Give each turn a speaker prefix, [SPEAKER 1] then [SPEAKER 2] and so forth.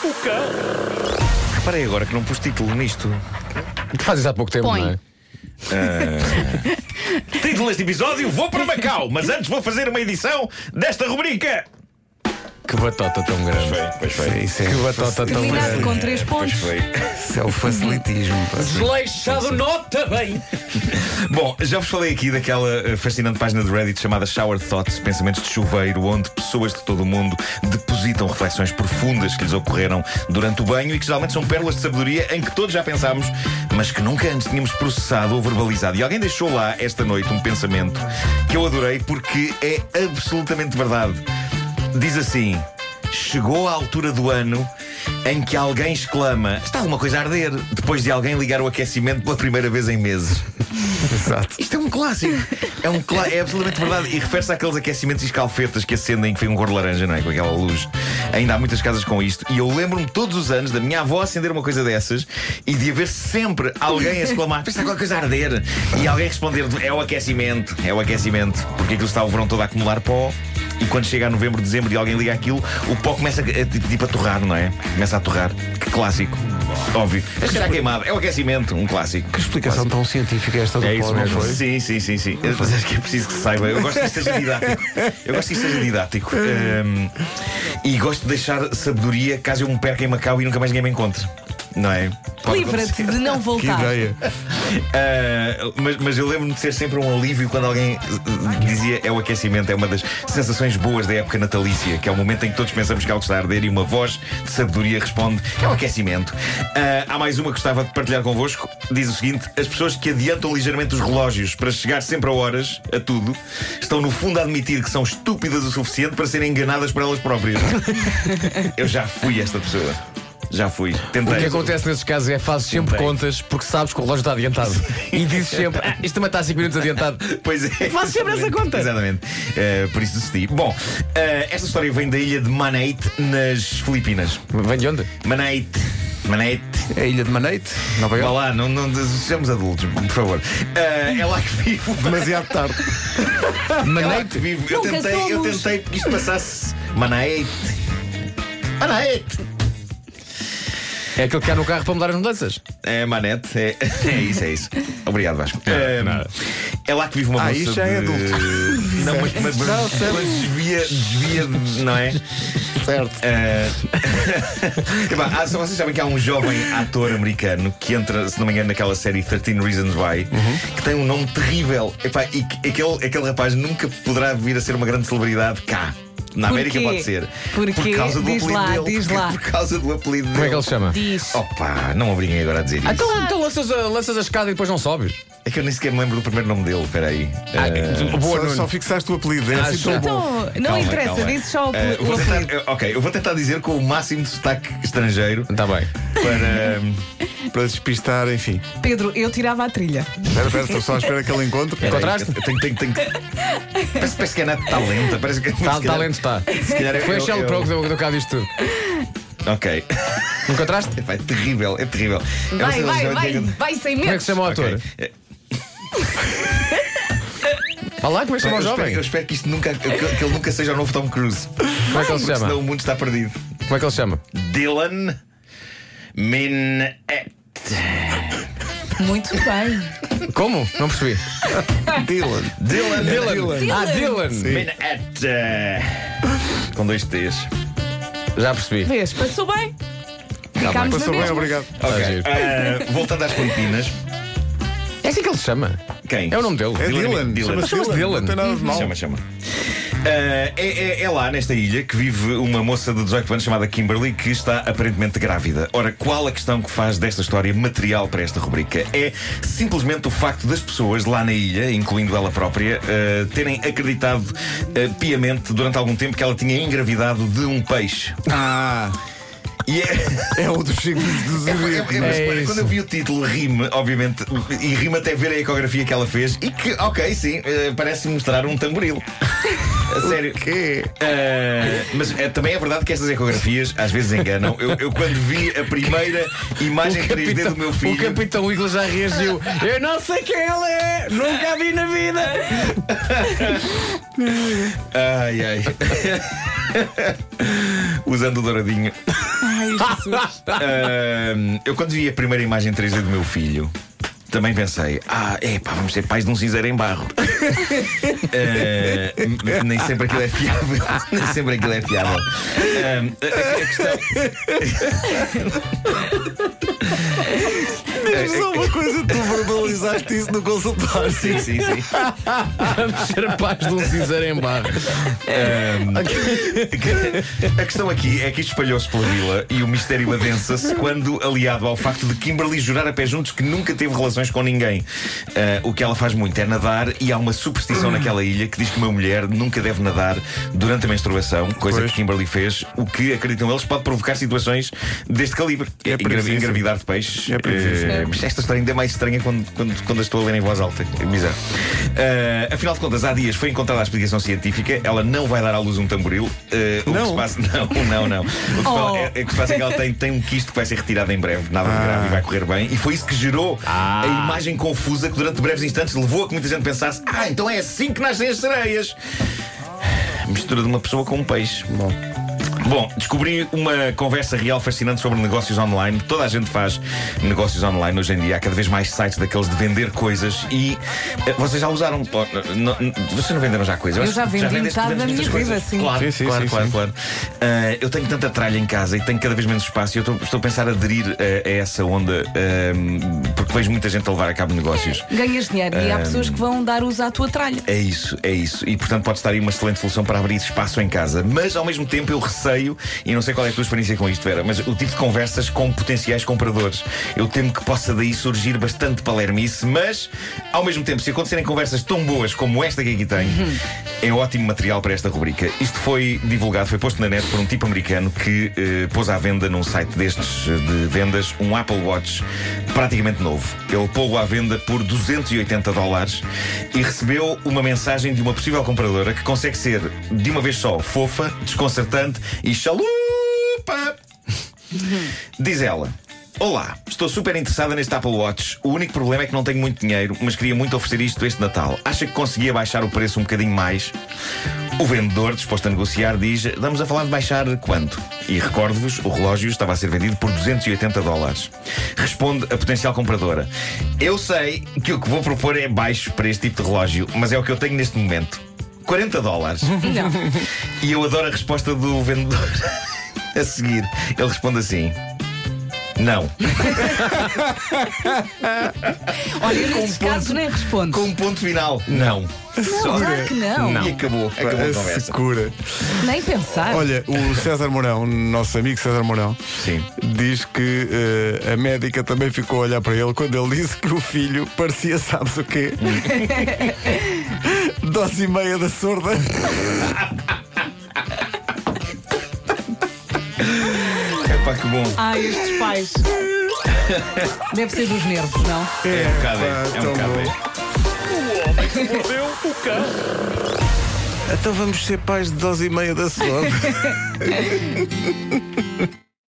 [SPEAKER 1] Cuca.
[SPEAKER 2] Reparei agora que não pus título nisto.
[SPEAKER 3] Tu fazes há pouco tempo,
[SPEAKER 4] Põe.
[SPEAKER 3] não é?
[SPEAKER 2] Título deste episódio: Vou para Macau, mas antes vou fazer uma edição desta rubrica.
[SPEAKER 3] Que batota tão grande.
[SPEAKER 2] Foi, pois foi.
[SPEAKER 5] Isso é,
[SPEAKER 3] Que batota tão
[SPEAKER 4] Terminado
[SPEAKER 3] grande.
[SPEAKER 4] com três
[SPEAKER 2] Pois
[SPEAKER 4] pontos.
[SPEAKER 2] foi.
[SPEAKER 5] isso é o facilitismo. pá.
[SPEAKER 1] Desleixado nota bem.
[SPEAKER 2] Bom, já vos falei aqui daquela eh, fascinante página do Reddit chamada Shower Thoughts, pensamentos de chuveiro, onde pessoas de todo o mundo depositam reflexões profundas que lhes ocorreram durante o banho e que geralmente são pérolas de sabedoria em que todos já pensámos, mas que nunca antes tínhamos processado ou verbalizado. E alguém deixou lá esta noite um pensamento que eu adorei porque é absolutamente verdade. Diz assim: Chegou a altura do ano em que alguém exclama: Está alguma coisa a arder, depois de alguém ligar o aquecimento pela primeira vez em meses.
[SPEAKER 5] Exato.
[SPEAKER 2] Isto é um clássico. É, um clá- é absolutamente verdade. E refere-se àqueles aquecimentos e escalfetas que acendem, que vem um cor de laranja, não é? Com aquela luz. Ainda há muitas casas com isto. E eu lembro-me todos os anos da minha avó acender uma coisa dessas e de haver sempre alguém a exclamar: Está qualquer coisa a arder. E alguém responder: É o aquecimento, é o aquecimento. Porque aquilo está o verão todo a acumular pó. E quando chega a novembro, dezembro e alguém liga aquilo, o pó começa a, a- tipo, a torrar, não é? Começa a torrar. Que clássico. Óbvio. A cheirar queimado. É o aquecimento. Um clássico.
[SPEAKER 5] Que explicação tão científica esta do
[SPEAKER 2] É isso,
[SPEAKER 5] Paulo,
[SPEAKER 2] não
[SPEAKER 5] não
[SPEAKER 2] foi?
[SPEAKER 5] foi?
[SPEAKER 2] Sim, sim, sim, sim. Eu acho que é preciso que se saiba. Eu gosto que isto seja didático. Eu gosto que isto seja didático. Ahm, e gosto de deixar sabedoria caso eu me perca em Macau e nunca mais ninguém me encontre. Não é? Pode
[SPEAKER 4] Livra-te
[SPEAKER 2] acontecer.
[SPEAKER 4] de não
[SPEAKER 5] Que
[SPEAKER 4] voltar.
[SPEAKER 5] ideia.
[SPEAKER 2] Ah, mas, mas eu lembro-me de ser sempre um alívio quando alguém eh, dizia é o aquecimento, é uma das sensações boas da época natalícia, que é o momento em que todos pensamos que algo está a arder e uma voz de sabedoria responde é o aquecimento. Ah, há mais uma que gostava de partilhar convosco, diz o seguinte: as pessoas que adiantam ligeiramente os relógios para chegar sempre a horas a tudo estão no fundo a admitir que são estúpidas o suficiente para serem enganadas por elas próprias. eu já fui esta pessoa. Já fui.
[SPEAKER 3] O
[SPEAKER 2] Tentei.
[SPEAKER 3] que acontece nesses casos é fazes sempre
[SPEAKER 2] Bem.
[SPEAKER 3] contas porque sabes que o relógio está adiantado. E dizes sempre, ah, isto também está 5 minutos adiantado.
[SPEAKER 2] Pois é.
[SPEAKER 3] Faz sempre essa conta.
[SPEAKER 2] Exatamente. Uh, por isso decidi. Bom, uh, esta história vem da ilha de Manaite, nas Filipinas.
[SPEAKER 3] Vem de onde?
[SPEAKER 2] Manaite. Manaite.
[SPEAKER 5] É a Ilha de Maneite, Nova
[SPEAKER 2] Vá
[SPEAKER 5] Iorque.
[SPEAKER 2] lá, não, não sejamos adultos, por favor. Uh, é lá que vivo.
[SPEAKER 5] Demasiado tarde.
[SPEAKER 2] É lá que vivo. Eu
[SPEAKER 4] Nunca
[SPEAKER 2] tentei, eu
[SPEAKER 4] somos.
[SPEAKER 2] tentei que isto passasse. Manaite. Manaite.
[SPEAKER 3] É aquele que há no carro para mudar as mudanças.
[SPEAKER 2] É Manete, é, é isso, é isso. Obrigado, Vasco. É, é lá que vive uma
[SPEAKER 5] Ah,
[SPEAKER 2] moça.
[SPEAKER 5] isso já é
[SPEAKER 2] de-
[SPEAKER 5] adulto.
[SPEAKER 2] Não, mas, mas, mas,
[SPEAKER 5] Não, sério.
[SPEAKER 2] mas desvia, desvia, de- não é?
[SPEAKER 5] Certo.
[SPEAKER 2] É, epá, há- só vocês sabem que há um jovem ator americano que entra, se não me engano, naquela série 13 Reasons Why,
[SPEAKER 5] Uhum.
[SPEAKER 2] que tem um nome terrível. Epá, e que- aquele, aquele rapaz nunca poderá vir a ser uma grande celebridade cá. Na
[SPEAKER 4] Por
[SPEAKER 2] América
[SPEAKER 4] quê?
[SPEAKER 2] pode ser.
[SPEAKER 4] Por quê?
[SPEAKER 2] causa do
[SPEAKER 4] Diz
[SPEAKER 2] apelido
[SPEAKER 4] lá,
[SPEAKER 2] dele.
[SPEAKER 4] diz lá.
[SPEAKER 2] Por causa do apelido
[SPEAKER 3] Como é que ele
[SPEAKER 2] dele.
[SPEAKER 3] se chama?
[SPEAKER 4] Diz.
[SPEAKER 2] Oh, Opa, não me obriguem agora a dizer isso.
[SPEAKER 3] Então, então lanças, a, lanças a escada e depois não sobes.
[SPEAKER 2] É que eu nem sequer me lembro do primeiro nome dele, peraí.
[SPEAKER 3] Ah,
[SPEAKER 2] Eh,
[SPEAKER 3] Boa,
[SPEAKER 5] só,
[SPEAKER 3] Nuno.
[SPEAKER 5] só fixaste o apelido. É assim
[SPEAKER 3] Acho-
[SPEAKER 5] tão bom.
[SPEAKER 4] Então, não
[SPEAKER 2] calma,
[SPEAKER 4] interessa,
[SPEAKER 2] calma.
[SPEAKER 4] diz só o
[SPEAKER 2] Eh,
[SPEAKER 4] apelido.
[SPEAKER 2] vou tentar- eh, Ok, eu vou tentar dizer com o máximo de sotaque estrangeiro
[SPEAKER 3] Está Tá bem.
[SPEAKER 2] para. hum,
[SPEAKER 5] Para despistar, enfim.
[SPEAKER 4] Pedro, eu tirava a trilha.
[SPEAKER 5] Espera, espera, estou só à espera que ele encontre.
[SPEAKER 3] Encontraste?
[SPEAKER 2] eu Tenho, tenho, tenho, parece, parece que é na talenta. Parece que,
[SPEAKER 3] Está
[SPEAKER 2] se calhar-
[SPEAKER 3] talento, está.
[SPEAKER 2] se calhar eu-
[SPEAKER 3] Foi a
[SPEAKER 2] eu-
[SPEAKER 3] Shell
[SPEAKER 2] eu-
[SPEAKER 3] Pro que deu, deu cá disto tudo.
[SPEAKER 2] Ok.
[SPEAKER 3] Encontraste?
[SPEAKER 2] Epá, é terrível, é terrível. Eu não
[SPEAKER 4] Vai,
[SPEAKER 2] sei
[SPEAKER 4] vai,
[SPEAKER 2] exatamente
[SPEAKER 4] vai,
[SPEAKER 2] o que é que-
[SPEAKER 4] vai sem medo.
[SPEAKER 3] Como é que se chama o ator?
[SPEAKER 2] Ok. Eh,
[SPEAKER 3] Vá lá, como é que se chama
[SPEAKER 2] Eu
[SPEAKER 3] o
[SPEAKER 2] espero,
[SPEAKER 3] jovem?
[SPEAKER 2] eu espero que isto nunca que, que ele nunca seja o novo Tom Cruise.
[SPEAKER 3] Como é que ele se
[SPEAKER 2] Porque senão o
[SPEAKER 3] chama?
[SPEAKER 2] mundo está perdido.
[SPEAKER 3] Como é que ele se chama?
[SPEAKER 2] Dylan eh, Minette.
[SPEAKER 4] Muito bem.
[SPEAKER 3] Como? Não percebi.
[SPEAKER 5] Dylan.
[SPEAKER 2] Dylan,
[SPEAKER 3] Dylan. Ah, Dylan.
[SPEAKER 2] Minette. eh, Com dois T's.
[SPEAKER 3] Já percebi.
[SPEAKER 4] Vês, passou bem. Ficámos na
[SPEAKER 5] Passou bem,
[SPEAKER 4] mesma.
[SPEAKER 5] obrigado.
[SPEAKER 2] Ok.
[SPEAKER 3] Tá giro.
[SPEAKER 2] eh, voltando às Filipinas.
[SPEAKER 3] É assim que ele se chama.
[SPEAKER 2] Quem?
[SPEAKER 3] É o nome dele.
[SPEAKER 5] É
[SPEAKER 2] Dylan.
[SPEAKER 5] Dylan.
[SPEAKER 2] Mas
[SPEAKER 3] chama-se Dylan.
[SPEAKER 5] Não tem nada de mal.
[SPEAKER 2] Chama, chama. Ah, é, é- é lá, nesta ilha, que vive uma moça de 18 anos chamada Kimberly que está aparentemente grávida. Ora, qual a questão que faz desta história material para esta rubrica? É simplesmente o facto das pessoas lá na ilha, incluindo ela própria, ah, terem acreditado ah, piamente durante algum tempo que ela tinha engravidado de um peixe.
[SPEAKER 5] Ah,
[SPEAKER 2] E é.
[SPEAKER 5] é o dos signos dos
[SPEAKER 2] É, é, é, mas
[SPEAKER 5] idiotas.
[SPEAKER 2] quando-
[SPEAKER 3] isso.
[SPEAKER 2] quando eu vi o título, rime, obviamente, e rime até ver a ecografia que ela fez, e que, ok, sim, eh, parece mostrar um tamboril. A sério.
[SPEAKER 5] quê?
[SPEAKER 2] Eh, mas eh, também é verdade que estas ecografias às vezes enganam. Eu, eu quando vi a primeira imagem 3D do meu filho.
[SPEAKER 3] o Capitão Igla já reagiu. Eu não sei quem ela é, nunca a vi na vida.
[SPEAKER 2] Ai, ai. Usando o douradinho.
[SPEAKER 4] Ai, Jesus.
[SPEAKER 2] Ahm, eu quando vi a primeira imagem 3D do meu filho. Também pensei, ah, é pá, vamos ser pais de um cinzeiro em barro. Ah, m- nem sempre aquilo é fiável. Nem sempre aquilo é fiável. Ahm, a, a- a questão.
[SPEAKER 5] Diz-me só uma coisa, tu verbalizaste isso no consultório.
[SPEAKER 2] Sim, sim, sim.
[SPEAKER 3] Vamos ser paz de um cinzeiro em barro.
[SPEAKER 2] A questão aqui é que isto espalhou-se pela vila e o mistério adensa-se quando aliado ao facto de Kimberly jurar a pé juntos que nunca teve relações com ninguém. Ah, o que ela faz muito é nadar e há uma superstição naquela ilha que diz que uma mulher nunca deve nadar durante a menstruação, coisa
[SPEAKER 5] Pois.
[SPEAKER 2] que Kimberly fez, o que acreditam eles pode provocar situações deste calibre.
[SPEAKER 5] É
[SPEAKER 2] Engra-
[SPEAKER 5] previsível.
[SPEAKER 2] engravidar de peixes.
[SPEAKER 5] É previsível.
[SPEAKER 2] Eh, mas esta história ainda é mais estranha quando, quando, quando a estou a ler em voz alta. É bizarro. Eh, afinal de contas, há dias foi encontrada a explicação científica. Ela não vai dar à luz um tamboril. Eh, o
[SPEAKER 5] Não?
[SPEAKER 2] Que se passa, não, não, não. O que, se
[SPEAKER 4] Oh.
[SPEAKER 2] pa- é, é que se passa é que ela tem, tem um quisto que vai ser retirado em breve. Nada de grave e vai correr bem. E foi isso que gerou a imagem confusa que durante breves instantes levou a que muita gente pensasse: Ah, então é assim que nascem as sereias. Eh, Mistura de uma pessoa com um peixe.
[SPEAKER 5] É
[SPEAKER 2] Bom. descobri uma conversa real fascinante sobre negócios online. Toda a gente faz negócios online hoje em dia. Há cada vez mais sites daqueles de vender coisas e eh, vocês já usaram. pô, não- não- vocês não venderam já coisas?
[SPEAKER 4] Eu
[SPEAKER 2] acho
[SPEAKER 4] já
[SPEAKER 2] que
[SPEAKER 4] vendi
[SPEAKER 2] vendeste-
[SPEAKER 4] metade
[SPEAKER 2] vendes
[SPEAKER 4] da minha
[SPEAKER 2] muitas
[SPEAKER 4] vida,
[SPEAKER 2] coisas.
[SPEAKER 4] sim.
[SPEAKER 2] Claro,
[SPEAKER 5] Sim, sim,
[SPEAKER 2] claro,
[SPEAKER 5] sim,
[SPEAKER 2] claro,
[SPEAKER 5] sim.
[SPEAKER 2] claro. Ah, eu tenho tanta tralha em casa e tenho cada vez menos espaço e eu estou- estou a pensar em aderir eh, a, a essa onda ah, porque vejo muita gente a levar a cabo negócios.
[SPEAKER 4] Ganhas dinheiro e há pessoas que vão dar uso à tua tralha.
[SPEAKER 2] É isso, é isso. E portanto pode estar aí uma excelente solução para abrir espaço em casa. Mas ao mesmo tempo eu receio, e não sei qual é a tua experiência com isto, Vera, mas o tipo de conversas com potenciais compradores. Eu temo que possa daí surgir bastante palermice, mas ao mesmo tempo, se acontecerem conversas tão boas como esta que aqui tenho, é ótimo material para esta rubrica. Isto foi divulgado, foi posto na net por um tipo americano que eh, pôs à venda num site destes eh, de vendas um Apple Watch praticamente novo. Ele pô-lo à venda por 280 dólares e recebeu uma mensagem de uma possível compradora que consegue ser, de uma vez só, fofa, desconcertante e chalupa. Diz ela. Olá, estou super interessada neste Apple Watch. O único problema é que não tenho muito dinheiro, mas queria muito oferecer isto este Natal. Acha que conseguia baixar o preço um bocadinho mais? O vendedor, disposto a negociar, diz: Estamos a falar de baixar quanto? E recordo-vos, o relógio estava a ser vendido por 280 dólares. Responde a potencial compradora: Eu sei que o que vou propor é baixo para este tipo de relógio, mas é o que eu tenho neste momento: 40 dólares.
[SPEAKER 4] Não. um
[SPEAKER 2] E eu adoro a resposta do vendedor a seguir. Ele responde assim: Não.
[SPEAKER 4] Olha, eu nesses casos nem respondo.
[SPEAKER 2] Com um ponto final: Não.
[SPEAKER 4] Não, claro que não.
[SPEAKER 2] E acabou. Acabou a
[SPEAKER 5] A
[SPEAKER 2] conversa.
[SPEAKER 5] secura.
[SPEAKER 4] Nem pensar.
[SPEAKER 5] Olha, o César Mourão, nosso amigo César Mourão,
[SPEAKER 2] Sim.
[SPEAKER 5] diz que eh, a médica também ficou a olhar para ele quando ele disse que o filho parecia, sabes o quê? Dose e meia da surda.
[SPEAKER 2] Epá, que bom.
[SPEAKER 4] Ai, estes pais. Deve ser dos nervos, não?
[SPEAKER 2] É um bocado, é,
[SPEAKER 5] pá,
[SPEAKER 2] é
[SPEAKER 5] tão
[SPEAKER 2] um bocado.
[SPEAKER 5] bom.
[SPEAKER 2] é.
[SPEAKER 5] Então vamos ser pais de dose e meia da surda.